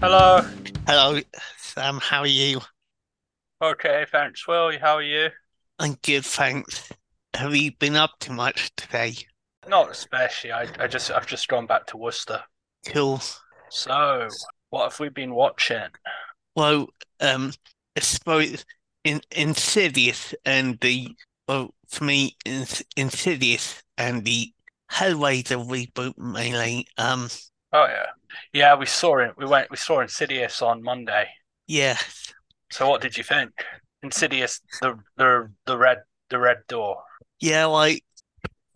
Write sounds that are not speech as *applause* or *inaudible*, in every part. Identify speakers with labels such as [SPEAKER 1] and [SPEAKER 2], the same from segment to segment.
[SPEAKER 1] Hello.
[SPEAKER 2] Hello, Sam. How are you?
[SPEAKER 1] Okay, thanks. Well, how are you?
[SPEAKER 2] I'm good, thanks. Have you been up to much today?
[SPEAKER 1] Not especially. I, I just I've just gone back to Worcester.
[SPEAKER 2] Cool.
[SPEAKER 1] So, what have we been watching?
[SPEAKER 2] Well, um, I suppose in Insidious and the well for me, in, Insidious and the Hellraiser reboot mainly. Um,
[SPEAKER 1] Oh yeah, yeah. We saw it. We went. We saw Insidious on Monday.
[SPEAKER 2] yeah,
[SPEAKER 1] So, what did you think? Insidious, the the the red the red door.
[SPEAKER 2] yeah, like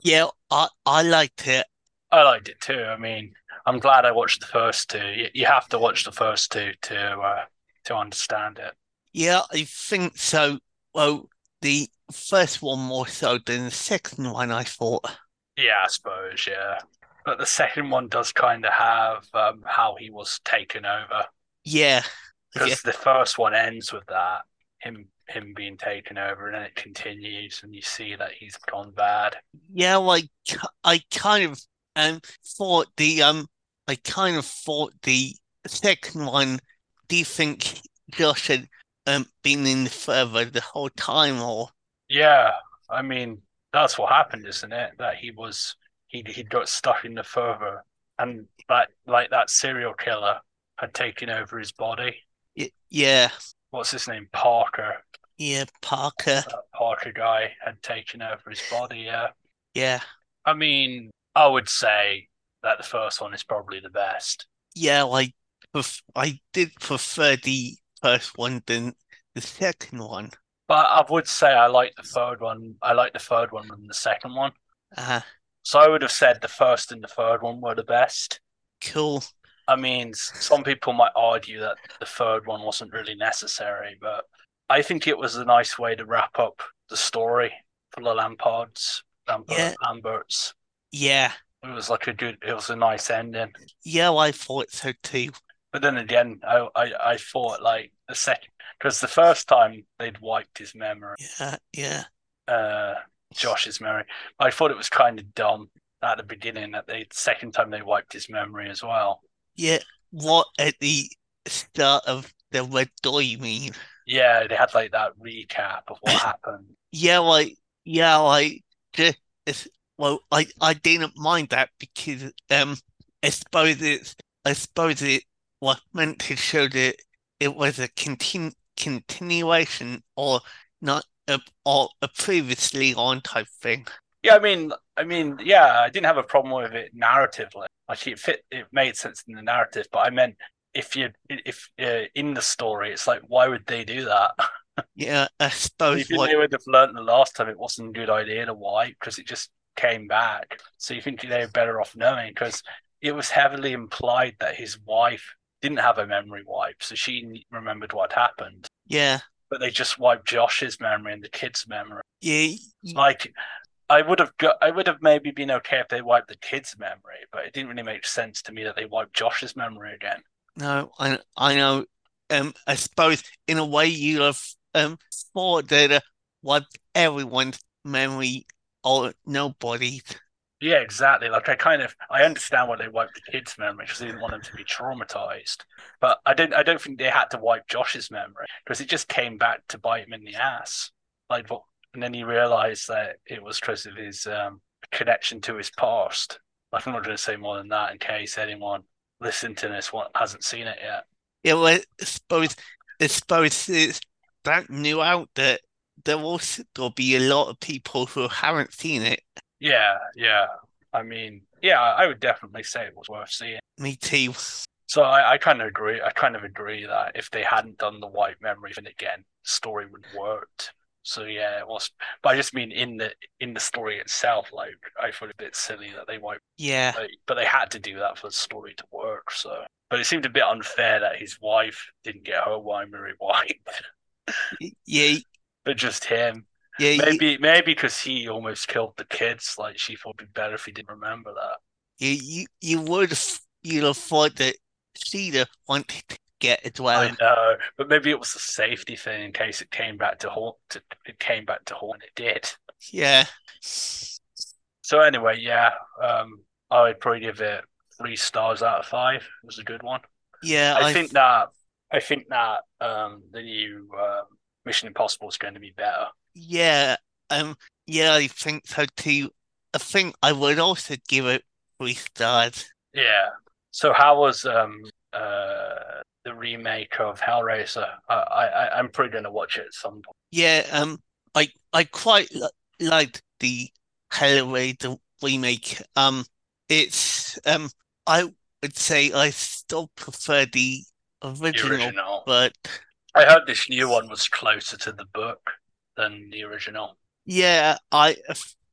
[SPEAKER 2] yeah, I I liked it.
[SPEAKER 1] I liked it too. I mean, I'm glad I watched the first two. You, you have to watch the first two to uh, to understand it.
[SPEAKER 2] Yeah, I think so. Well, the first one more so than the second one, I thought.
[SPEAKER 1] Yeah, I suppose. Yeah, but the second one does kind of have um, how he was taken over.
[SPEAKER 2] Yeah,
[SPEAKER 1] because
[SPEAKER 2] yeah,
[SPEAKER 1] the first one ends with that him him being taken over, and then it continues, and you see that he's gone bad.
[SPEAKER 2] yeah. Like I kind of um thought the um I kind of thought the second one. Do you think Josh had um been in further the whole time, or
[SPEAKER 1] Yeah, I mean that's what happened, isn't it? That he was he he got stuck in the fervor, and that like that serial killer had taken over his body.
[SPEAKER 2] y- yeah,
[SPEAKER 1] What's his name? Parker.
[SPEAKER 2] yeah, Parker,
[SPEAKER 1] That Parker guy had taken over his body. Yeah.
[SPEAKER 2] yeah,
[SPEAKER 1] I mean, I would say that the first one is probably the best.
[SPEAKER 2] yeah. Like pref- I did prefer the first one than the second one.
[SPEAKER 1] But I would say I like the third one. I like the third one than the second one.
[SPEAKER 2] Uh,
[SPEAKER 1] So I would have said the first and the third one were the best.
[SPEAKER 2] cool.
[SPEAKER 1] I mean, s- some people might argue that the third one wasn't really necessary, but I think it was a nice way to wrap up the story for the Lampards, Lampard,
[SPEAKER 2] Yeah.
[SPEAKER 1] Lamberts.
[SPEAKER 2] Yeah,
[SPEAKER 1] It was like a good, it was a nice ending.
[SPEAKER 2] yeah. I thought so too.
[SPEAKER 1] But then again, I I, I thought like the second because the first time they'd wiped his memory.
[SPEAKER 2] Yeah, yeah,
[SPEAKER 1] uh, Josh's memory. I thought it was kind of dumb at the beginning that they second time they wiped his memory as well.
[SPEAKER 2] yeah. What at the start of the Red Door, you mean?
[SPEAKER 1] Yeah, they had like that recap of what happened.
[SPEAKER 2] Yeah, like yeah, like just it's, well, I I didn't mind that because um, I suppose it's I suppose it was meant to show that it was a continu continuation or not a or a previously on type thing.
[SPEAKER 1] Yeah, I mean, I mean, yeah, I didn't have a problem with it narratively. Like it fit, it made sense in the narrative. But I meant if you if uh, in the story, it's like why would they do that?
[SPEAKER 2] Yeah, I suppose
[SPEAKER 1] If you
[SPEAKER 2] what
[SPEAKER 1] they would have learnt the last time, it wasn't a good idea to wipe because it just came back. So you think they're better off knowing because it was heavily implied that his wife didn't have a memory wipe, so she n- remembered what happened.
[SPEAKER 2] yeah
[SPEAKER 1] But they just wiped Josh's memory and the kid's memory.
[SPEAKER 2] yeah y-
[SPEAKER 1] Like I would have got, I would have maybe been okay if they wiped the kid's memory, but it didn't really make sense to me that they wiped Josh's memory again.
[SPEAKER 2] no I I know um I suppose in a way you have um thought that uh, what everyone's memory or nobody's.
[SPEAKER 1] Yeah, exactly. Like I kind of I understand why they wiped the kid's memory because they didn't want him to be traumatized. But I don't I don't think they had to wipe Josh's memory because it just came back to bite him in the ass. Like what? And then he realized that it was because of his um, connection to his past. Like, I'm not going to say more than that in case anyone listening to this one hasn't seen it yet.
[SPEAKER 2] Yeah, well, I suppose, I suppose it's that new out that there will still be a lot of people who haven't seen it.
[SPEAKER 1] Yeah, yeah. I mean, yeah, I would definitely say it was worth seeing.
[SPEAKER 2] Me too.
[SPEAKER 1] So I, I kind of agree. I kind of agree that if they hadn't done the white memory thing again, the story would have worked. So yeah, it was. But I just mean in the in the story itself, like I thought it a bit silly that they wiped,
[SPEAKER 2] Yeah,
[SPEAKER 1] like, but they had to do that for the story to work. So, but it seemed a bit unfair that his wife didn't get her white memory wiped,
[SPEAKER 2] y- yeah,
[SPEAKER 1] *laughs* but just him.
[SPEAKER 2] yeah, y-
[SPEAKER 1] Maybe maybe because he almost killed the kids. Like she thought it'd be better if he didn't remember that.
[SPEAKER 2] you, you, you would have, you'd have thought that she'd have wanted to get as well.
[SPEAKER 1] I know, but maybe it was a safety thing in case it came back to haunt. To, it came back to haunt. It did.
[SPEAKER 2] Yeah,
[SPEAKER 1] So anyway, yeah, um, I would probably give it three stars out of five. It was a good one.
[SPEAKER 2] yeah,
[SPEAKER 1] I, think that I think that um, the new um, Mission Impossible is going to be better.
[SPEAKER 2] Yeah, um, yeah, I think so too. I think I would also give it three stars.
[SPEAKER 1] Yeah. So how was um uh the remake of Hellraiser? I I I'm probably going to watch it at some point.
[SPEAKER 2] Yeah, um, I I quite li- liked the Hellraiser remake. Um, it's um, I would say I still prefer the
[SPEAKER 1] The
[SPEAKER 2] original,
[SPEAKER 1] original.
[SPEAKER 2] but
[SPEAKER 1] I heard this new one was closer to the book than the original.
[SPEAKER 2] yeah, I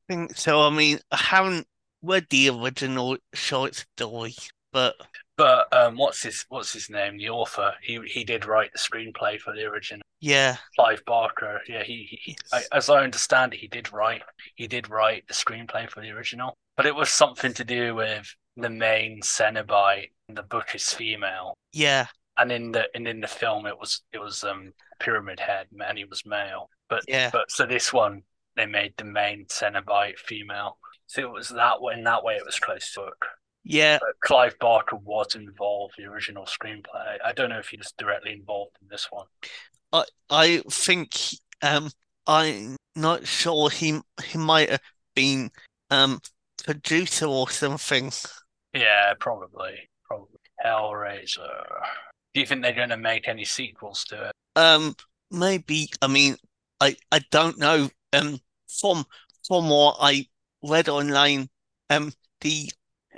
[SPEAKER 2] think so. I mean, I haven't read the original short story, but
[SPEAKER 1] But um, what's his what's his name? The author he he did write the screenplay for the original.
[SPEAKER 2] yeah,
[SPEAKER 1] Clive Barker. Yeah, he, he he- I, as I understand it, he did write he did write the screenplay for the original, but it was something to do with the main Cenobite. in The book is female,
[SPEAKER 2] yeah,
[SPEAKER 1] and in the and in the film it was it was um Pyramid Head, and he was male. But
[SPEAKER 2] yeah,
[SPEAKER 1] but so this one they made the main Cenobite female. So it was that way. In that way, it was close to work.
[SPEAKER 2] yeah.
[SPEAKER 1] But Clive Barker was involved in the original screenplay. I don't know if he was directly involved in this one.
[SPEAKER 2] I I think um I'm not sure he he might have been um producer or something.
[SPEAKER 1] Yeah, probably. Probably. Hellraiser. Do you think they're going to make any sequels to it?
[SPEAKER 2] Um maybe I mean I I don't know um from from what I read online um the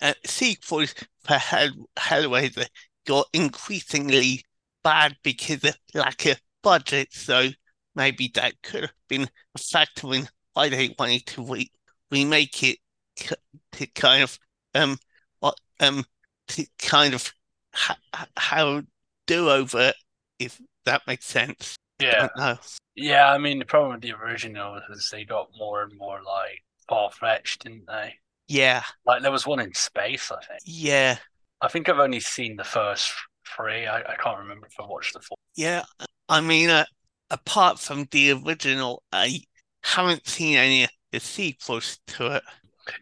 [SPEAKER 2] uh, sequels for Hell Hellraiser got increasingly bad because of lack of budget so maybe that could have been a factor in why they wanted to re remake it c- to kind of um what um to kind of ha ha- how do over if that makes sense.
[SPEAKER 1] Yeah.
[SPEAKER 2] Don't know.
[SPEAKER 1] Yeah, I mean, the problem with the original is they got more and more, like, far-fetched, didn't they?
[SPEAKER 2] Yeah,
[SPEAKER 1] Like, there was one in space, I think.
[SPEAKER 2] yeah,
[SPEAKER 1] I think I've only seen the first three. I, I can't remember if I watched the fourth.
[SPEAKER 2] yeah. I mean, uh, apart from the original, I haven't seen any of the sequels to it.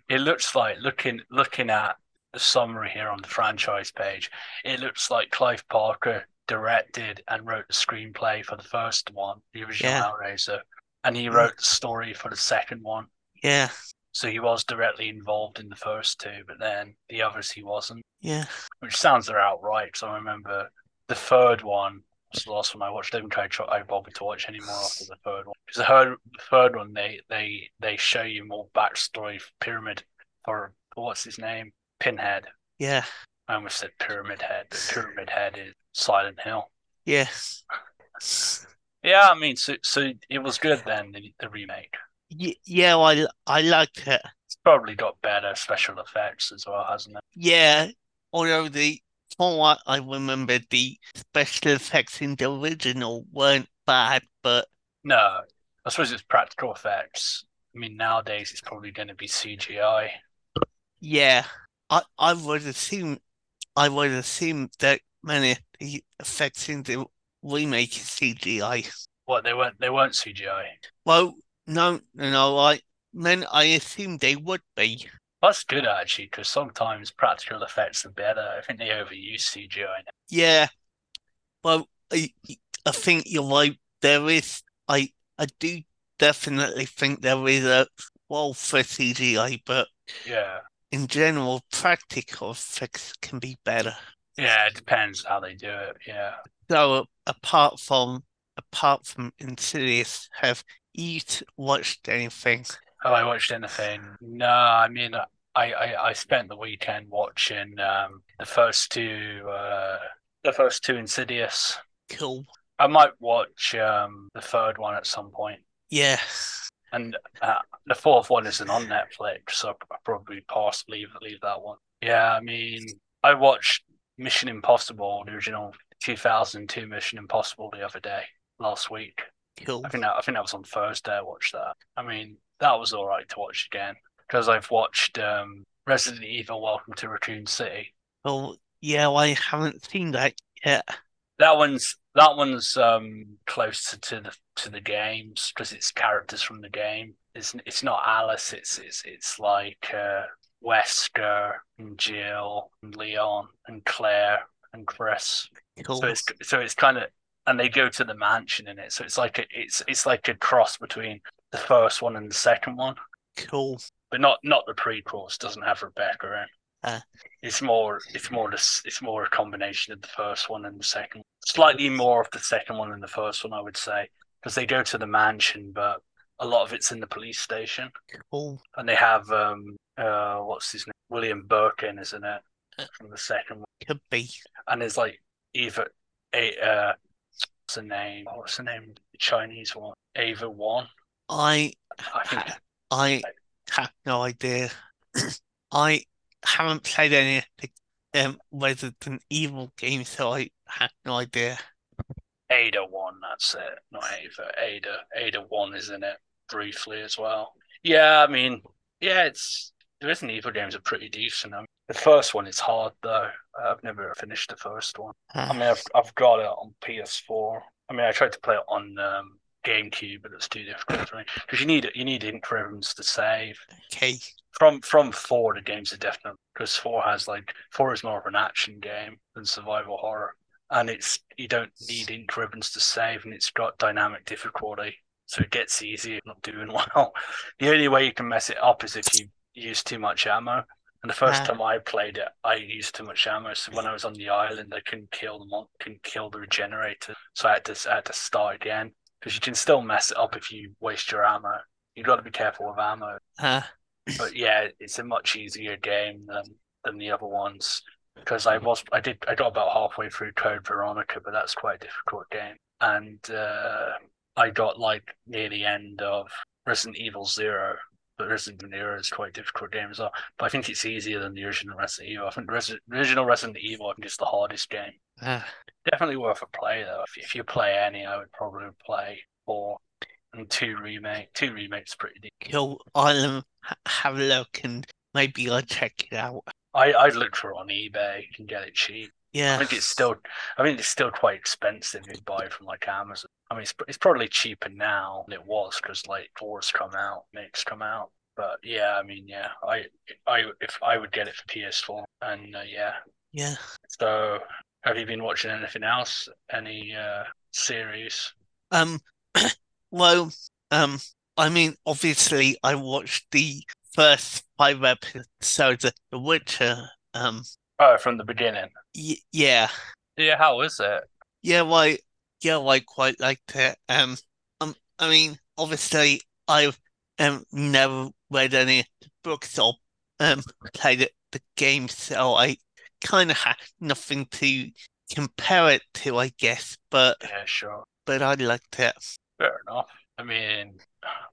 [SPEAKER 1] It looks like, looking looking at the summary here on the franchise page, it looks like Clive Barker directed and wrote the screenplay for the first one, the original
[SPEAKER 2] Yeah.
[SPEAKER 1] Hellraiser, and he
[SPEAKER 2] Mm.
[SPEAKER 1] wrote the story for the second one.
[SPEAKER 2] Yeah,
[SPEAKER 1] So he was directly involved in the first two, but then the others he wasn't,
[SPEAKER 2] yeah,
[SPEAKER 1] which sounds about right. Because I remember the third one was the last one I watched. I don't think I, tr- I bothered to watch anymore after the third one. Because the third, the third one, they, they, they show you more backstory for Pyramid, or what's his name? Pinhead.
[SPEAKER 2] yeah,
[SPEAKER 1] I almost said Pyramid Head, but Pyramid Head is Silent Hill.
[SPEAKER 2] yeah,
[SPEAKER 1] Yeah, I mean, so so it was good then, the, the remake.
[SPEAKER 2] Y- yeah. I I liked it.
[SPEAKER 1] It's probably got better special effects as well, hasn't it?
[SPEAKER 2] Yeah, although the from what I remember, the special effects in the original weren't bad, but
[SPEAKER 1] No, I suppose it's practical effects. I mean, nowadays it's probably going to be CGI.
[SPEAKER 2] yeah, I I would assume I would assume that many of the effects in the remake is CGI.
[SPEAKER 1] What they weren't they weren't CGI.
[SPEAKER 2] Well, no, no, no, I meant I assumed they would be.
[SPEAKER 1] That's good actually, because sometimes practical effects are better. I think they overuse CGI now.
[SPEAKER 2] Yeah. Well, I, I think you're right. There is, I, I do definitely think there is a role for CGI, but
[SPEAKER 1] Yeah,
[SPEAKER 2] in general, practical effects can be better.
[SPEAKER 1] yeah, it depends how they do it. Yeah,
[SPEAKER 2] So, apart from apart from Insidious, have you t- watched anything?
[SPEAKER 1] Have I watched anything? No, I mean, I, I, I spent the weekend watching um, the first two, uh, the first two Insidious.
[SPEAKER 2] Cool.
[SPEAKER 1] I might watch um, the third one at some point,
[SPEAKER 2] Yeah.
[SPEAKER 1] and uh, the fourth one isn't on Netflix, so I probably pass leave leave that one. Yeah, I mean, I watched Mission Impossible, the original 2002 Mission Impossible, the other day, last week.
[SPEAKER 2] Cool.
[SPEAKER 1] I think that, I think that was on Thursday. I watched that. I mean, that was all right to watch again because I've watched um, Resident Evil: Welcome to Raccoon City.
[SPEAKER 2] Well, yeah, I haven't seen that yet.
[SPEAKER 1] That one's that one's um, closer to the to the games because it's characters from the game. It's it's not Alice. It's it's it's like uh, Wesker and Jill and Leon and Claire and Chris.
[SPEAKER 2] Cool.
[SPEAKER 1] So it's so it's kind of and they go to the mansion in it. So it's like a, it's it's like a cross between the first one and the second one,
[SPEAKER 2] cool.
[SPEAKER 1] but not not the prequel. It doesn't have Rebecca in.
[SPEAKER 2] Ah.
[SPEAKER 1] It's more it's more this it's more a combination of the first one and the second. Slightly more of the second one than the first one, I would say, because they go to the mansion, but a lot of it's in the police station,
[SPEAKER 2] Cool.
[SPEAKER 1] and they have um uh what's his name William Birkin, isn't
[SPEAKER 2] Uh.
[SPEAKER 1] it? From the second one
[SPEAKER 2] Could be.
[SPEAKER 1] and there's like Eva, a, uh, what's the name? Oh, What's the name? The Chinese one, Ava One.
[SPEAKER 2] I
[SPEAKER 1] I think
[SPEAKER 2] ha- I have no idea. *clears throat* I haven't played any of the um, Resident Evil games, so I have no idea.
[SPEAKER 1] Ada One. That's it. Not Ava. Ada. Ada One is in it briefly as well. Yeah, I mean, yeah, it's the Resident Evil games are pretty decent. I mean, the first one is hard though. I've never finished the first one. I mean, I've I've got it on PS4. I mean, I tried to play it on um, GameCube, but it's too difficult for me because you need you need interims to save.
[SPEAKER 2] Okay.
[SPEAKER 1] from from four the games are different because four has like four is more of an action game than survival horror and it's you don't need ink ribbons to save and it's got dynamic difficulty so it gets easier if you're not doing *laughs* well the only way you can mess it up is if you use too much ammo and the first
[SPEAKER 2] Ah.
[SPEAKER 1] time I played it, I used too much ammo. So when I was on the island, I couldn't kill the mon- couldn't kill the regenerator. So I had to I had to start again because you can still mess it up if you waste your ammo. You've got to be careful with ammo
[SPEAKER 2] Uh,
[SPEAKER 1] but yeah, it's a much easier game than than the other ones because I was I did I got about halfway through Code Veronica, but that's quite a difficult game, and uh, I got like near the end of Resident Evil Zero. But Resident Evil Zero is quite a difficult game as well. But I think it's easier than the original Resident Evil. I think Resi- original Resident Evil I think is the hardest game.
[SPEAKER 2] uh,
[SPEAKER 1] Definitely worth a play though. If, if you play any, I would probably play four and two remake. Two remakes pretty deep.
[SPEAKER 2] cool. I'll um, ha- have a look and maybe I'll check it out.
[SPEAKER 1] I I looked for it on eBay. You can get it cheap. I
[SPEAKER 2] Yeah.
[SPEAKER 1] think it's still, I mean, it's still quite expensive if you buy from like Amazon. I mean, it's, it's probably cheaper now than it was because like fours come out, makes come out. But yeah, I mean, yeah, I, I, if I would get it for PS4, and uh, yeah.
[SPEAKER 2] Yeah.
[SPEAKER 1] So, have you been watching anything else? Any uh series?
[SPEAKER 2] Um, *clears throat* well, um, I mean, obviously, I watched the first five episodes of The Witcher. Um,
[SPEAKER 1] Oh, from the beginning.
[SPEAKER 2] y yeah,
[SPEAKER 1] Yeah, how is it?
[SPEAKER 2] yeah, well, I, yeah, well, I quite liked it. Um, um, I mean, obviously, I've um never read any books or um played it- the game, so I kind of had nothing to compare it to, I guess. But
[SPEAKER 1] Yeah, sure.
[SPEAKER 2] but I liked it.
[SPEAKER 1] Fair enough. I mean,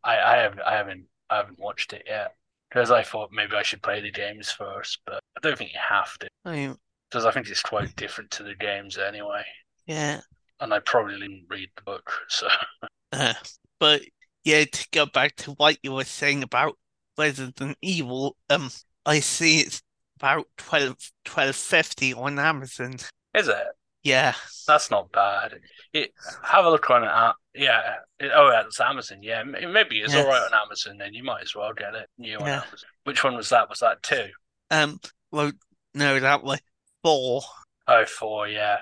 [SPEAKER 1] I, I have I haven't I haven't watched it yet because I thought maybe I should play the games first, but I don't think you have to
[SPEAKER 2] I mean,
[SPEAKER 1] because I think it's quite different to the games anyway,
[SPEAKER 2] yeah.
[SPEAKER 1] and I probably didn't read the book, so *laughs*
[SPEAKER 2] Uh, but yeah, to go back to what you were saying about Resident Evil, um, I see it's about 12, 12.50 on Amazon.
[SPEAKER 1] is it?
[SPEAKER 2] Yeah,
[SPEAKER 1] That's not bad. It, have a look on it. uh, Yeah. It- oh, yeah, it's Amazon. Yeah, m- maybe it's
[SPEAKER 2] Yeah.
[SPEAKER 1] all right on Amazon. Then you might as well get it new on
[SPEAKER 2] Yeah.
[SPEAKER 1] Amazon. Which one was that? Was that two?
[SPEAKER 2] um, well, no, that was four.
[SPEAKER 1] Oh, four, yeah,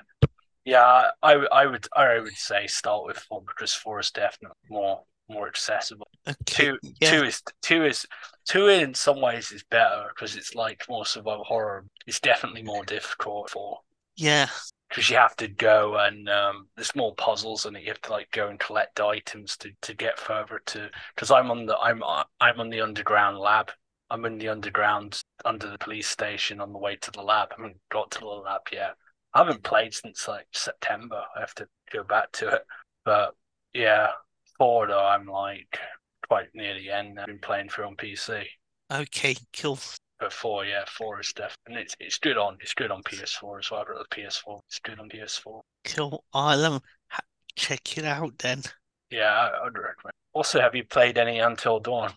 [SPEAKER 1] yeah. I, w- I would, I would say start with four because four is definitely more, more accessible.
[SPEAKER 2] Okay,
[SPEAKER 1] Two,
[SPEAKER 2] yeah,
[SPEAKER 1] two is two is two in some ways is better because it's like more survival horror. It's definitely more difficult for
[SPEAKER 2] yeah,
[SPEAKER 1] because you have to go and um, there's more puzzles and you have to like go and collect items to to get further to. Because I'm on the I'm uh, I'm on the underground lab. I'm in the underground under the police station on the way to the lab. I haven't got to the lab yet. I haven't played since like September. I have to go back to it. But yeah, four though I'm like quite near the end. I've been playing through on PC.
[SPEAKER 2] okay, cool.
[SPEAKER 1] But four, yeah, four is definitely and it's it's good on it's good on PS4 as well. I've got the PS4. It's good on PS4.
[SPEAKER 2] Cool. I'll um, ha check it out then.
[SPEAKER 1] Yeah, I- I'd recommend. Also, have you played any Until Dawn?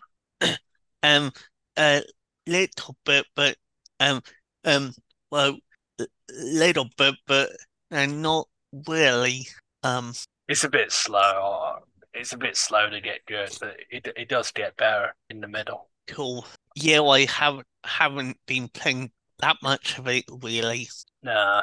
[SPEAKER 2] Um, a little bit, but um, um, well, l- little bit, but uh, not really. Um,
[SPEAKER 1] It's a bit slow. It's a bit slow to get good, but it it does get better in the middle.
[SPEAKER 2] Cool. Yeah, well, I haven't haven't been playing that much of it really.
[SPEAKER 1] Nah,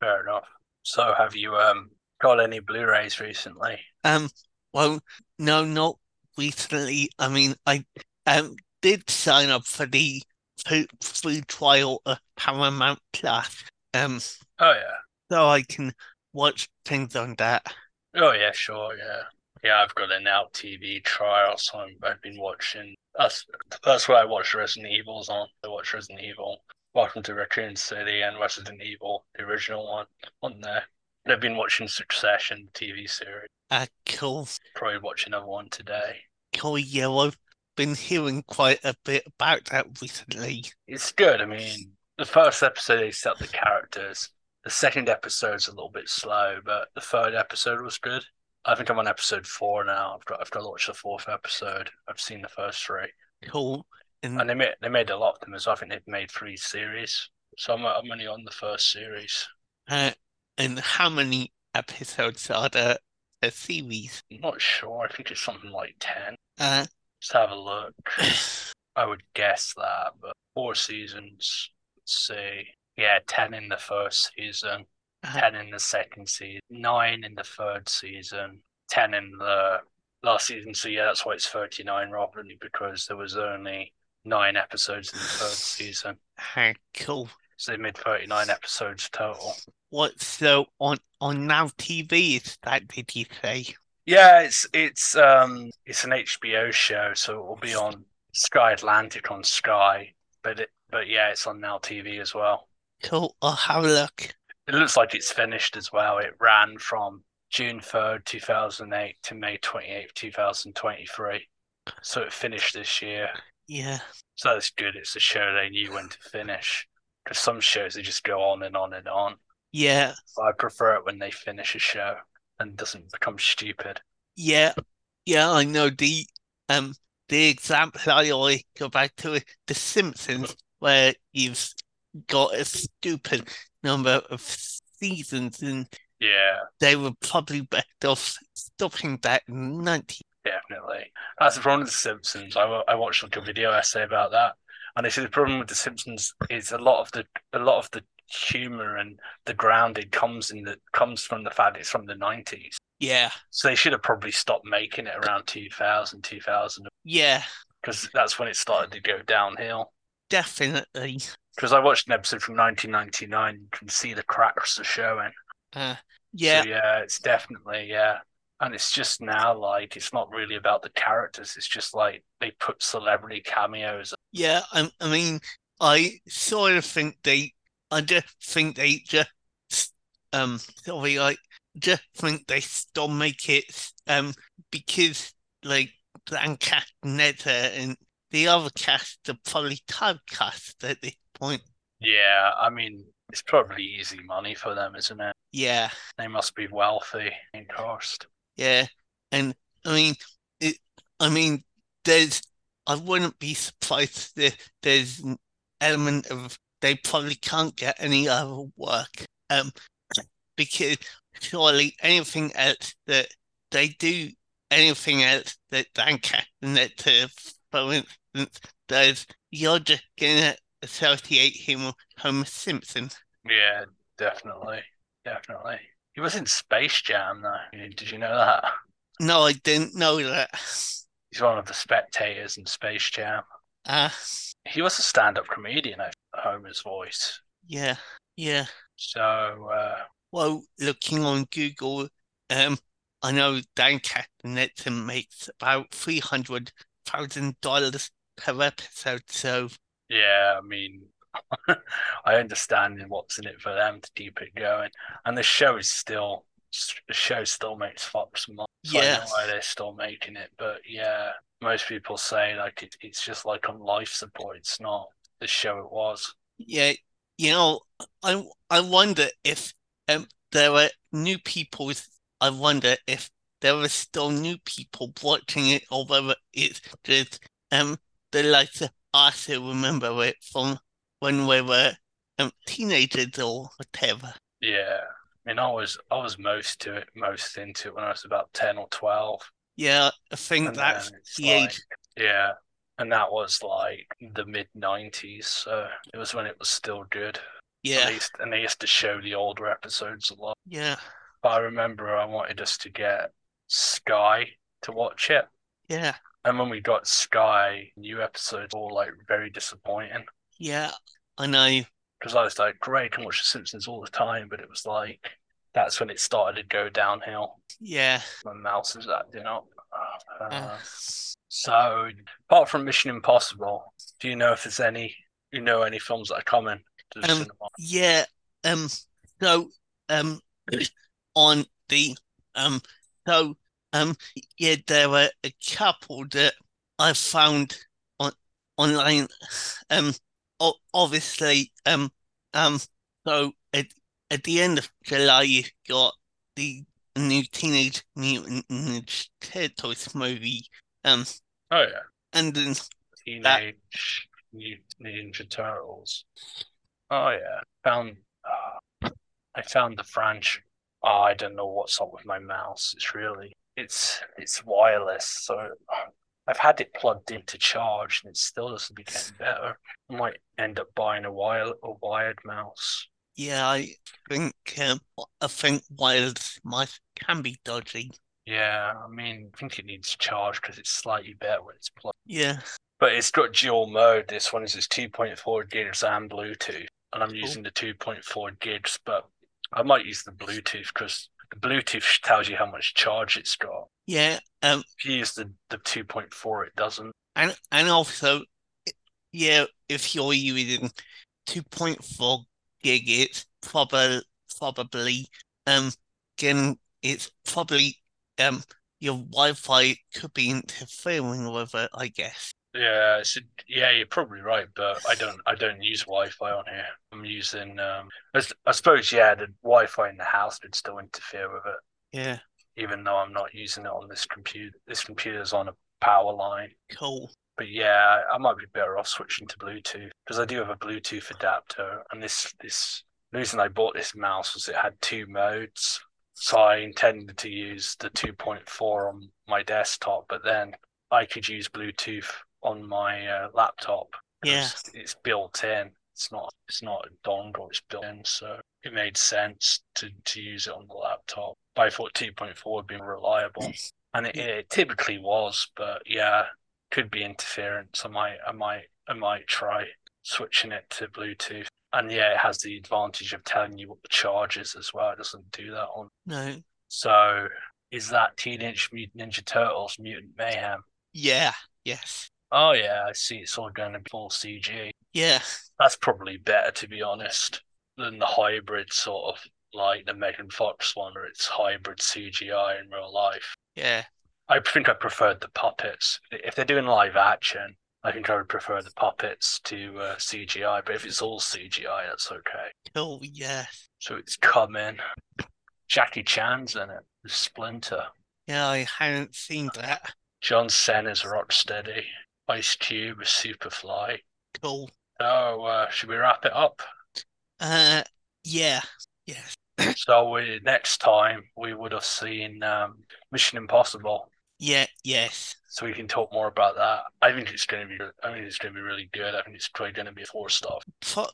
[SPEAKER 1] Fair enough. So, have you um got any Blu-rays recently?
[SPEAKER 2] Um, well, no, not recently. I mean, I um did sign up for the fo- free trial of Paramount Plus, um,
[SPEAKER 1] Oh yeah.
[SPEAKER 2] so I can watch things on that.
[SPEAKER 1] Oh yeah. Sure. Yeah. Yeah. I've got an out TV trial, so I'm, I've been watching. That's that's where I watch Resident Evils on. I watch Resident Evil. Welcome to Raccoon City and Resident Evil, the original one, on there. And I've been watching Succession TV series.
[SPEAKER 2] Uh, cool,
[SPEAKER 1] Probably watch another one today.
[SPEAKER 2] cool. Yeah, well, I've been hearing quite a bit about that recently.
[SPEAKER 1] It's good. I mean, the first episode they set the characters. The second episode's a little bit slow, but the third episode was good. I think I'm on episode four now. I've got I've got to watch the fourth episode. I've seen the first three,
[SPEAKER 2] Cool.
[SPEAKER 1] and they made they made a lot of them as well. I think they've made three series, so I'm I'm only on the first series.
[SPEAKER 2] Uh, and how many episodes are there a series?
[SPEAKER 1] I'm not sure. I think it's something like ten.
[SPEAKER 2] Uh,
[SPEAKER 1] Let's have a look. I would guess that, but four seasons. Let's see, yeah, ten in the first season.
[SPEAKER 2] uh,
[SPEAKER 1] 10 in the second season, 9 in the third season, 10 in the last season. So, yeah, that's why it's 39 rather than because there was only 9 episodes in the third season.
[SPEAKER 2] uh, cool.
[SPEAKER 1] So they made 39 episodes total.
[SPEAKER 2] What so on on Now TV is that did you say?
[SPEAKER 1] Yeah, it's it's um it's an HBO show, so it will be on Sky Atlantic on Sky, but it but yeah, it's on Now TV as well.
[SPEAKER 2] Cool. I'll have a look.
[SPEAKER 1] It looks like it's finished as well. It ran from June 3rd, 2008 to May 28th, 2023. So it finished this year.
[SPEAKER 2] Yeah.
[SPEAKER 1] So that's good. It's a show they knew when to finish. Because some shows, they just go on and on and on.
[SPEAKER 2] Yeah.
[SPEAKER 1] So I prefer it when they finish a show and doesn't become stupid.
[SPEAKER 2] Yeah. Yeah, I know the um the example I always go back to is The Simpsons where you've got a stupid number of seasons and
[SPEAKER 1] Yeah,
[SPEAKER 2] they were probably better off stopping that in ninety
[SPEAKER 1] definitely. That's the problem with The Simpsons. I, wa- I watched like a video essay about that. And they said the problem with The Simpsons is a lot of the a lot of the humor and the grounded comes in the comes from the fact it's from the 90s.
[SPEAKER 2] Yeah.
[SPEAKER 1] So they should have probably stopped making it around 2000, 2000,
[SPEAKER 2] Yeah,
[SPEAKER 1] because that's when it started to go downhill.
[SPEAKER 2] definitely.
[SPEAKER 1] because I watched an episode from 1999. You can see the cracks are showing.
[SPEAKER 2] Uh yeah,
[SPEAKER 1] so, yeah, it's definitely yeah, and it's just now like it's not really about the characters. It's just like they put celebrity cameos.
[SPEAKER 2] yeah, I I mean I sort of think they I just think they just um sorry, I just think they still make it um because like Blancaster and the other cast are probably typecast at this point.
[SPEAKER 1] Yeah, I mean it's probably easy money for them, isn't it?
[SPEAKER 2] Yeah.
[SPEAKER 1] They must be wealthy in cost.
[SPEAKER 2] Yeah, and I mean, it, I mean, there's, I wouldn't be surprised that there's an element of they probably can't get any other work, um, *clears throat* because surely anything else that they do, anything else that Dan Castanet, uh, for instance, does, you're just gonna associate him with Homer Simpson.
[SPEAKER 1] Yeah, definitely, definitely. He was in Space Jam though. Did you know that?
[SPEAKER 2] No, I didn't know that. *sighs*
[SPEAKER 1] He's one of the spectators in Space Jam.
[SPEAKER 2] Uh,
[SPEAKER 1] He was a stand-up comedian. I Homer's voice.
[SPEAKER 2] yeah, yeah.
[SPEAKER 1] So uh,
[SPEAKER 2] Well, looking on Google, um, I know Dancaster Netson makes about three hundred thousand dollars per episode, so
[SPEAKER 1] yeah, I mean, *laughs* I understand what's in it for them to keep it going, and the show is still the show still makes Fox money. So I
[SPEAKER 2] Yeah.
[SPEAKER 1] know why they're still making it, but yeah, most people say like it, it's just like on life support. It's not the show it was.
[SPEAKER 2] yeah, you know, I I wonder if um there are new people. I wonder if there are still new people watching it, or whether it's just um the likes of us who remember it from when we were um teenagers or whatever.
[SPEAKER 1] Yeah, I mean, I was I was most to it, most into it when I was about ten or twelve.
[SPEAKER 2] Yeah, I think
[SPEAKER 1] And
[SPEAKER 2] Mm, that's.
[SPEAKER 1] then it's
[SPEAKER 2] the age.
[SPEAKER 1] like- Yeah. And that was like the mid 90s. So it was when it was still good. At
[SPEAKER 2] Yeah.
[SPEAKER 1] least, and they used to show the older episodes a lot.
[SPEAKER 2] Yeah.
[SPEAKER 1] But I remember I wanted us to get Sky to watch it.
[SPEAKER 2] Yeah.
[SPEAKER 1] And when we got Sky, new episodes were all like very disappointing.
[SPEAKER 2] Yeah. I know.
[SPEAKER 1] Because I was like, great, I can watch The Simpsons all the time. But it was like, that's when it started to go downhill.
[SPEAKER 2] Yeah.
[SPEAKER 1] My mouse is acting up. Uh,
[SPEAKER 2] Uh,
[SPEAKER 1] So, apart from Mission Impossible, do you know if there's any, you know, any films that are coming to the
[SPEAKER 2] Um,
[SPEAKER 1] cinema?
[SPEAKER 2] Yeah. Um. So. Um. *clears throat* On the. Um. So. Um. Yeah. There were a couple that I found on online. *sighs* Um. o- Obviously. Um. Um. So at at the end of July, you got the new Teenage Mutant Ninja Turtles movie. Um.
[SPEAKER 1] Oh, yeah.
[SPEAKER 2] And then
[SPEAKER 1] Teenage Mutant Ninja Turtles. Oh, yeah. Found, ah, I found the French. Ah, I don't know what's up with my mouse. It's really, it's, it's wireless. So, I've had it plugged in to charge and it still doesn't be getting better. I might end up buying a, wire, a wired mouse.
[SPEAKER 2] Yeah, I think um, I think Wales might can be dodgy.
[SPEAKER 1] Yeah, I mean, I think it needs charge because it's slightly better when it's plugged.
[SPEAKER 2] Yeah,
[SPEAKER 1] But it's got dual mode. This one is it's 2.4 gigs and Bluetooth, and I'm using the 2.4 gigs, but I might use the Bluetooth because the Bluetooth sh- tells you how much charge it's got.
[SPEAKER 2] yeah, um,
[SPEAKER 1] If you use the the 2.4, it doesn't.
[SPEAKER 2] and and also, yeah, if you're using two point four gig, it's probably probably um, again, it's probably um, your Wi-Fi could be interfering with it, I guess.
[SPEAKER 1] Yeah, it's a, yeah, you're probably right, but I don't I don't use Wi-Fi on here. I'm using um, I, s- I suppose yeah, the Wi-Fi in the house would still interfere with it.
[SPEAKER 2] Yeah,
[SPEAKER 1] even though I'm not using it on this computer. This computer's on a power line.
[SPEAKER 2] cool.
[SPEAKER 1] But yeah, I might be better off switching to Bluetooth because I do have a Bluetooth adapter. And this this the reason I bought this mouse was it had two modes. So I intended to use the 2.4 on my desktop, but then I could use Bluetooth on my uh, laptop. 'cause
[SPEAKER 2] Yeah.
[SPEAKER 1] it's built in. It's not it's not a dongle. It's built in, so it made sense to to use it on the laptop. But I thought 2.4 would be reliable, and it, it typically was. But yeah, could be interference. I might, I might, I might try switching it to Bluetooth. And yeah, it has the advantage of telling you what the charge is as well. It doesn't do that on.
[SPEAKER 2] No,
[SPEAKER 1] So is that Teenage Mutant Ninja Turtles Mutant Mayhem?
[SPEAKER 2] yeah, yes,
[SPEAKER 1] Oh yeah, I see. It's all going to be full CG.
[SPEAKER 2] yeah,
[SPEAKER 1] That's probably better to be honest than the hybrid sort of like the Megan Fox one, where it's hybrid CGI in real life.
[SPEAKER 2] yeah,
[SPEAKER 1] I think I preferred the puppets. If they're doing live action, I think I would prefer the puppets to uh, CGI. But if it's all CGI, that's okay.
[SPEAKER 2] cool, yeah,
[SPEAKER 1] So it's coming. Jackie Chan's in it. The Splinter.
[SPEAKER 2] yeah. I hadn't seen that.
[SPEAKER 1] John Cena's Rocksteady. Ice Cube is Superfly.
[SPEAKER 2] Cool.
[SPEAKER 1] So uh, should we wrap it up?
[SPEAKER 2] Uh, yeah, yes,
[SPEAKER 1] so we, next time we would have seen um, Mission Impossible.
[SPEAKER 2] yeah, yes,
[SPEAKER 1] So we can talk more about that. I think it's going to be. I think it's going to be really good. I think it's probably going to be a four star
[SPEAKER 2] Pro-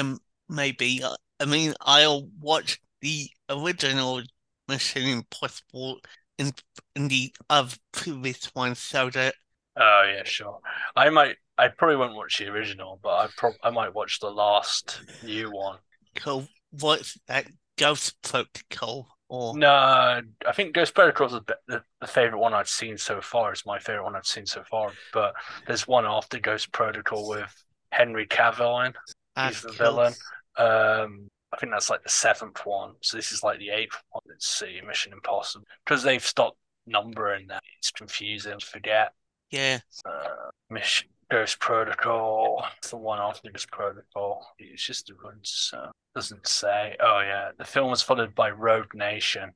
[SPEAKER 2] um, maybe. I, I mean, I'll watch the original Mission Impossible and and the other previous one, so that
[SPEAKER 1] Oh yeah, sure. I might. I probably won't watch the original, but I prob I might watch the last new one.
[SPEAKER 2] cool. What's that Ghost Protocol or
[SPEAKER 1] No, I think Ghost Protocol's the, be- the the favorite one I've seen so far. It's my favorite one I've seen so far. But there's one after Ghost Protocol with Henry Cavill in.
[SPEAKER 2] Ah,
[SPEAKER 1] he's the
[SPEAKER 2] cool.
[SPEAKER 1] villain. Um, I think that's like the seventh one. So this is like the eighth one. Let's see, Mission Impossible, because they've stopped numbering that. It's confusing. Forget.
[SPEAKER 2] Yeah,
[SPEAKER 1] uh, Mission Ghost Protocol. It's the one after Ghost Protocol. It's just the runs. Uh, doesn't say. Oh yeah, the film was followed by Rogue Nation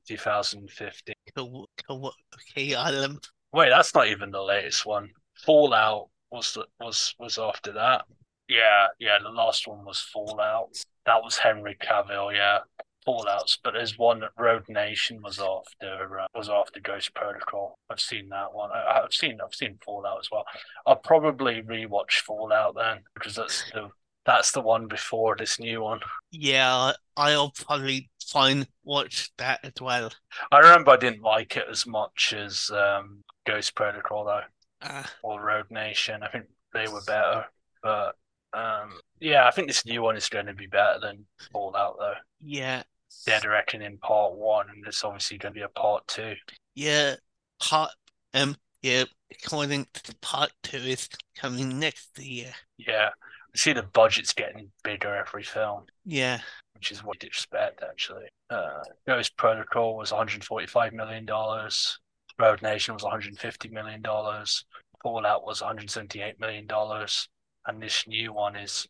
[SPEAKER 1] 2015.
[SPEAKER 2] cool, cool. Okay, I'll um,
[SPEAKER 1] Wait, that's not even the latest one. Fallout was the, was was after that. Yeah, yeah. The last one was Fallout. That was Henry Cavill. Yeah, Fallout's. But there's one that Rogue Nation was after. Uh, was after Ghost Protocol. I've seen that one. I, I've seen I've seen Fallout as well. I'll probably rewatch Fallout then because that's the That's the one before this new one.
[SPEAKER 2] Yeah, I'll probably find watch that as well.
[SPEAKER 1] I remember I didn't like it as much as um, Ghost Protocol though,
[SPEAKER 2] Uh,
[SPEAKER 1] or Road Nation. I think they were better, but um, yeah, I think this new one is going to be better than Fallout though.
[SPEAKER 2] yeah,
[SPEAKER 1] They're directing in part one, and there's obviously going to be a part two.
[SPEAKER 2] yeah. Part um, yeah. According to part two is coming next year.
[SPEAKER 1] Yeah, I see the budget's getting bigger every film.
[SPEAKER 2] Yeah,
[SPEAKER 1] which is what you'd expect actually. Uh, Ghost Protocol was 145 million dollars. Road Nation was 150 million dollars. Fallout was 178 million dollars, and this new one is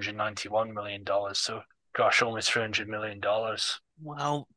[SPEAKER 1] 291 million dollars. So, gosh, almost 300 million dollars.
[SPEAKER 2] well,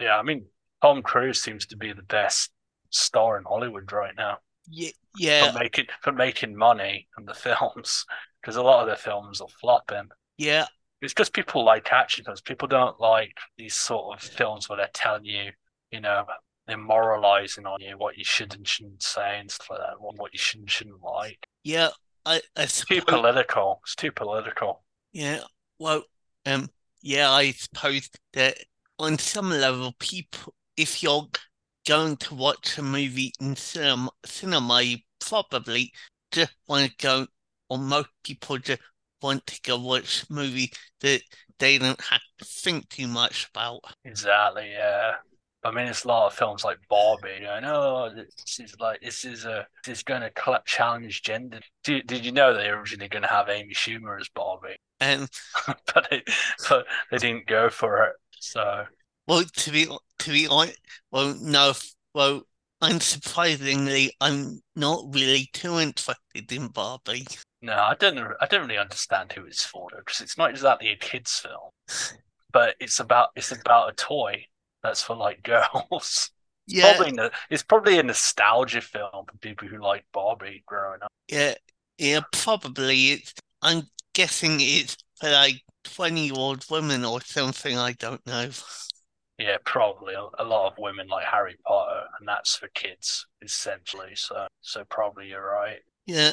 [SPEAKER 1] Yeah, I mean, Tom Cruise seems to be the best star in Hollywood right now
[SPEAKER 2] yeah, yeah.
[SPEAKER 1] for making for making money and the *laughs* films because a lot of the films are flopping.
[SPEAKER 2] Yeah,
[SPEAKER 1] It's because people like action films. People don't like these sort of films where they're telling you, you know, they're moralizing on you what you should and shouldn't say and stuff like that, and what you should and shouldn't like.
[SPEAKER 2] yeah. I, I suppose.
[SPEAKER 1] Too political. It's too political.
[SPEAKER 2] Yeah. Well, um, yeah. I suppose that on some level, people, if you're g- going to watch a movie in cinema, cinema, you probably just want to go, or most people just want to go watch a movie that they don't have to think too much about.
[SPEAKER 1] Exactly. Yeah. I mean, it's a lot of films like Barbie. You know, oh, this is like this is a this is going to challenge gender. Did, did you know they were originally going to have Amy Schumer as Barbie, *laughs*
[SPEAKER 2] And
[SPEAKER 1] but they, but they didn't go for it. So
[SPEAKER 2] well, to be to be honest, well, no, f- well, unsurprisingly, I'm not really too interested in Barbie.
[SPEAKER 1] No, I don't. know- I don't really understand who it's for because it's not exactly a kids' film, but it's about it's about a toy that's for like *laughs* girls.
[SPEAKER 2] Yeah.
[SPEAKER 1] Probably no, it's probably a nostalgia film for people who like Barbie growing up.
[SPEAKER 2] Yeah, yeah, probably. It's, I'm guessing it's for like 20-year-old women or something. I don't know.
[SPEAKER 1] Yeah, probably a, a lot of women like Harry Potter, and that's for kids essentially. So, so probably you're right.
[SPEAKER 2] Yeah.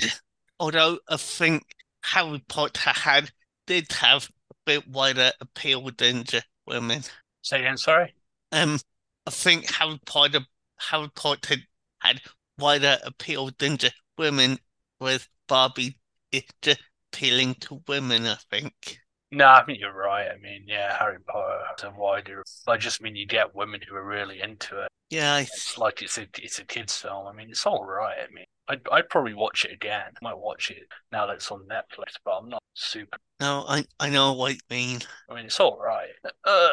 [SPEAKER 2] *clears throat* Although I think Harry Potter had did have a bit wider appeal than just women.
[SPEAKER 1] Say again, sorry.
[SPEAKER 2] Um, I think Harry Potter Harry Potter had wider appeal than just women, whereas Barbie is just appealing to women, I think.
[SPEAKER 1] No, I think you're right. I mean, yeah, Harry Potter has a wider. I just mean you get women who are really into it.
[SPEAKER 2] Yeah, I
[SPEAKER 1] It's like it's a it's a kids film. I mean, it's all right. I mean, I'd I'd probably watch it again. I might watch it now that it's on Netflix, but I'm not super.
[SPEAKER 2] no, I I know what you mean.
[SPEAKER 1] I mean, it's all right. Uh,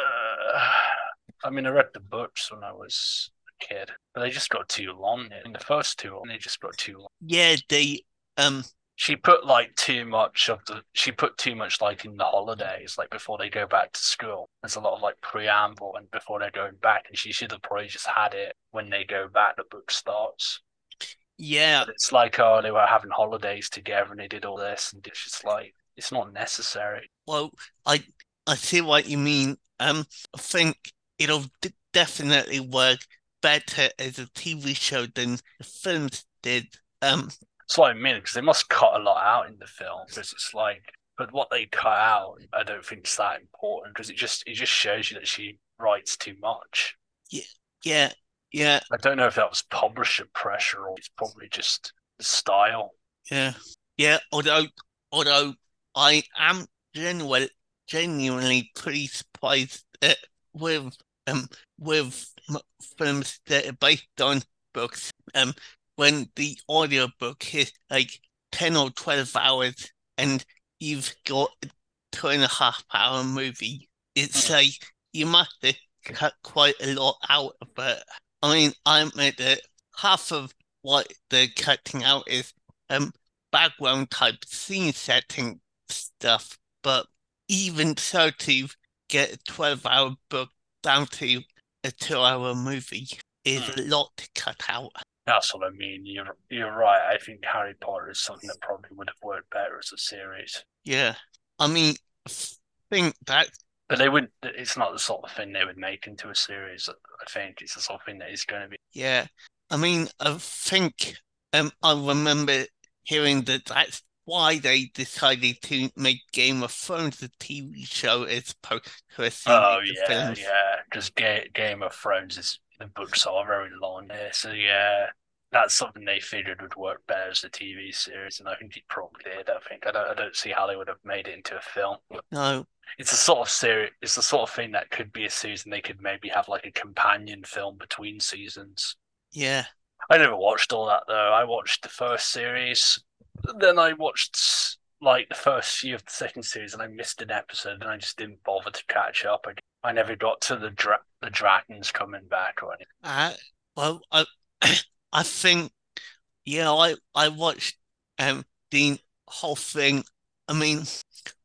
[SPEAKER 1] I mean, I read the books when I was a kid, but they just got too long. In the first two, and they just got too long.
[SPEAKER 2] Yeah, they um
[SPEAKER 1] She put like too much of the. She put too much like in the holidays, like before they go back to school. There's a lot of like preamble and before they're going back, and she should have probably just had it when they go back. The book starts.
[SPEAKER 2] yeah,
[SPEAKER 1] But it's like, oh, they were having holidays together and they did all this, and it's just like, it's not necessary.
[SPEAKER 2] well I I see what you mean. Um I think it'll d- definitely work better as a TV show than the films did. Um
[SPEAKER 1] It's like I mean, because they must cut a lot out in the film, because it's like, but what they cut out, I don't think is that important, because it just it just shows you that she writes too much.
[SPEAKER 2] yeah, yeah,
[SPEAKER 1] I don't know if that was publisher pressure or it's probably just the style.
[SPEAKER 2] yeah. Yeah, although although I am genuine, genuinely pretty surprised that with um with m- films that are based on books um when the audiobook is like 10 or 12 hours and you've got a two and a half hour movie it's like you must have cut quite a lot out of it i mean i admit that half of what they're cutting out is um background type scene setting stuff but even so to get a 12 hour book down to a two hour movie is
[SPEAKER 1] Hmm.
[SPEAKER 2] a lot to cut out.
[SPEAKER 1] That's what I mean. You're you're right. I think Harry Potter is something that probably would have worked better as a series.
[SPEAKER 2] Yeah. I mean, I think that,
[SPEAKER 1] But they wouldn't. It's not the sort of thing they would make into a series. I think it's the sort of thing that is going to be.
[SPEAKER 2] yeah. I mean, I think um, I remember hearing that that's why they decided to make Game of Thrones a TV show as opposed to a series
[SPEAKER 1] Oh
[SPEAKER 2] of
[SPEAKER 1] yeah,
[SPEAKER 2] films.
[SPEAKER 1] yeah. Just Ga- Game of Thrones is the books are very long, yeah. so yeah, that's something they figured would work better as a TV series, and I think it probably did. I think I don't, I don't see how they would have made it into a film.
[SPEAKER 2] No,
[SPEAKER 1] It's the sort of series, it's the sort of thing that could be a season. They could maybe have like a companion film between seasons.
[SPEAKER 2] yeah,
[SPEAKER 1] I never watched all that though. I watched the first series, then I watched like the first few of the second series, and I missed an episode, and I just didn't bother to catch up. I, I never got to the dra- the dragons coming back or anything.
[SPEAKER 2] I well, I, *coughs* I think, yeah, I I watched um the whole thing. I mean,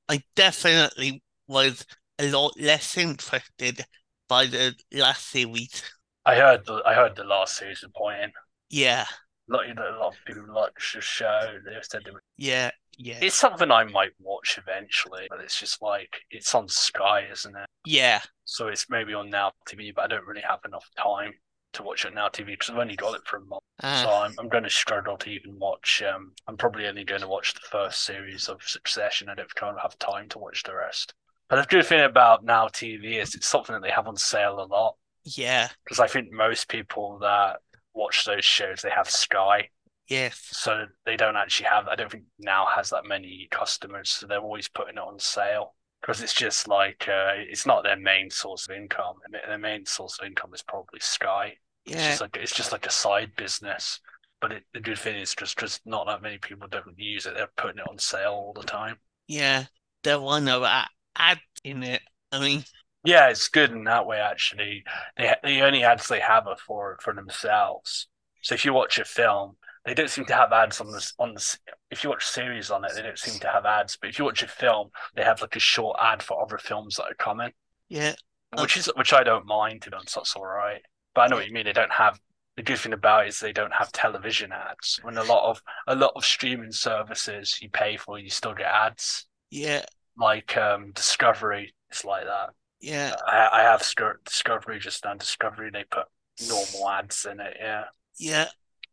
[SPEAKER 2] I definitely was a lot less interested by the last series.
[SPEAKER 1] I heard the I heard the last series of pointing.
[SPEAKER 2] Yeah,
[SPEAKER 1] Like you know, a lot of people like the show. They said they were-
[SPEAKER 2] yeah, yeah,
[SPEAKER 1] it's something I might watch eventually, but it's just like it's on Sky, isn't it?
[SPEAKER 2] yeah,
[SPEAKER 1] So it's maybe on Now TV, but I don't really have enough time to watch it on Now TV because I've only got it for a month. So
[SPEAKER 2] uh,
[SPEAKER 1] I'm, I'm going to struggle to even watch. Um, I'm probably only going to watch the first series of Succession. I don't think I'll have time to watch the rest. But the good thing about Now TV is it's something that they have on sale a lot
[SPEAKER 2] yeah,
[SPEAKER 1] because I think most people that watch those shows they have Sky,
[SPEAKER 2] yes,
[SPEAKER 1] so they don't actually have. I don't think Now has that many customers, so they're always putting it on sale because it's just like uh, it's not their main source of income. and Their main source of income is probably Sky. It's
[SPEAKER 2] yeah,
[SPEAKER 1] just like it's just like a side business. But it, the good thing is just just not that many people don't use it. They're putting it on sale all the time.
[SPEAKER 2] yeah. There were no a- ads in it. I mean,
[SPEAKER 1] Yeah, it's good in that way actually. They the only ads they have are for for themselves. So if you watch a film, they don't seem to have ads on this on this. If you watch series on it, they don't seem to have ads. But if you watch a film, they have like a short ad for other films that are coming.
[SPEAKER 2] yeah, Oh.
[SPEAKER 1] which is which I don't mind to be honest, that's all right. But I know what you mean. They don't have the good thing about it is they don't have television ads. When a lot of a lot of streaming services you pay for, you still get ads.
[SPEAKER 2] yeah,
[SPEAKER 1] Like um, Discovery, it's like that.
[SPEAKER 2] yeah,
[SPEAKER 1] I, I have Sco- Discovery just now. Discovery, they put normal ads in it. Yeah,
[SPEAKER 2] yeah. *clears throat*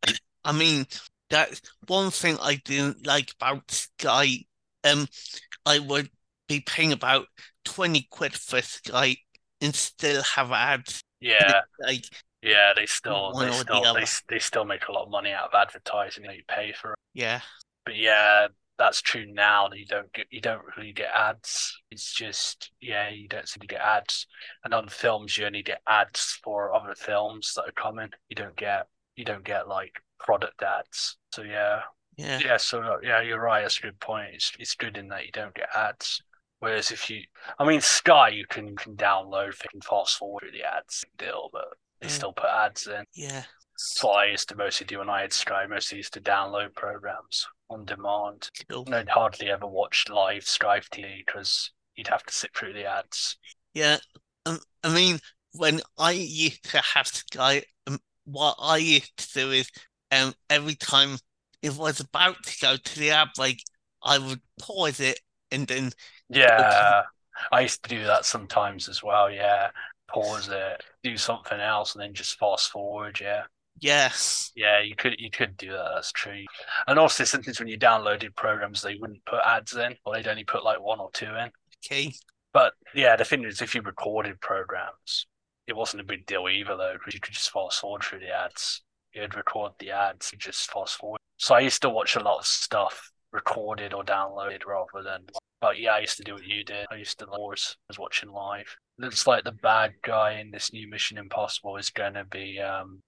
[SPEAKER 2] I mean, that's one thing I didn't like about Sky. Um, I would be paying about 20 quid for Sky and still have ads.
[SPEAKER 1] yeah,
[SPEAKER 2] Like,
[SPEAKER 1] yeah. They still,
[SPEAKER 2] One
[SPEAKER 1] they
[SPEAKER 2] or the
[SPEAKER 1] still,
[SPEAKER 2] other.
[SPEAKER 1] they, they still make a lot of money out of advertising that you pay for.
[SPEAKER 2] yeah,
[SPEAKER 1] but yeah, that's true now that you don't get you don't really get ads. It's just yeah, you don't seem to get ads. And on films you only get ads for other films that are coming. You don't get you don't get like product ads. So yeah.
[SPEAKER 2] yeah,
[SPEAKER 1] Yeah, so uh, yeah, you're right, that's a good point. It's it's good in that you don't get ads. Whereas if you I mean Sky you can, can download you can fast forward through the ads deal, but they
[SPEAKER 2] Mm.
[SPEAKER 1] still put ads in.
[SPEAKER 2] yeah,
[SPEAKER 1] That's what I used to mostly do when I had Sky, mostly used to download programs on demand.
[SPEAKER 2] cool.
[SPEAKER 1] And I'd hardly ever watch live Skype TV because you'd have to sit through the ads.
[SPEAKER 2] Yeah, um, I mean, when I used to have Sky, um, what I used to do is, um, every time it was about to go to the app, like I would pause it and then,
[SPEAKER 1] Yeah, I used to do that sometimes as well. Yeah, pause it, do something else, and then just fast forward. Yeah,
[SPEAKER 2] yes,
[SPEAKER 1] yeah, you could you could do that. That's true. And also sometimes when you downloaded programs, they wouldn't put ads in, or they'd only put like one or two in.
[SPEAKER 2] okay,
[SPEAKER 1] But yeah, the thing is, if you recorded programs, it wasn't a big deal either, though, because you could just fast forward through the ads. You'd record the ads and just fast forward. So I used to watch a lot of stuff recorded or downloaded rather than. But yeah, I used to do what you did. I used to always was watching live. Looks like the bad guy in this new Mission Impossible is going to be um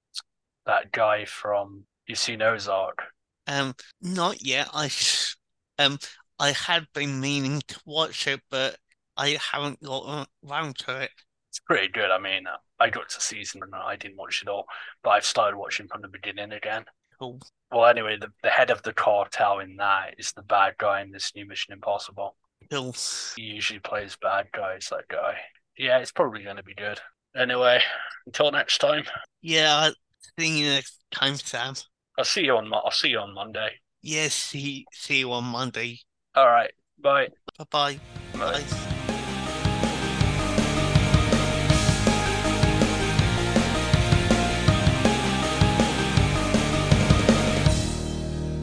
[SPEAKER 1] that guy from you've seen Ozark.
[SPEAKER 2] um, not yet. I, sh- um, I had been meaning to watch it, but I haven't gotten around to it.
[SPEAKER 1] It's pretty good. I mean, uh, I got to season and I didn't watch it all, but I've started watching from the beginning again.
[SPEAKER 2] Cool.
[SPEAKER 1] Well, anyway, the, the head of the cartel in that is the bad guy in this new Mission Impossible.
[SPEAKER 2] Cool.
[SPEAKER 1] He usually plays bad guys, that guy. Yeah, it's probably going to be good. Anyway, until next time,
[SPEAKER 2] Yeah, see you next time, Sam.
[SPEAKER 1] I'll see you on Mo- I'll see you on Monday.
[SPEAKER 2] Yes, see, see you on Monday.
[SPEAKER 1] All right, bye.
[SPEAKER 2] Bye-bye.
[SPEAKER 1] Bye.
[SPEAKER 2] Bye.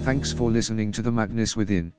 [SPEAKER 3] Thanks for listening to The Madness Within.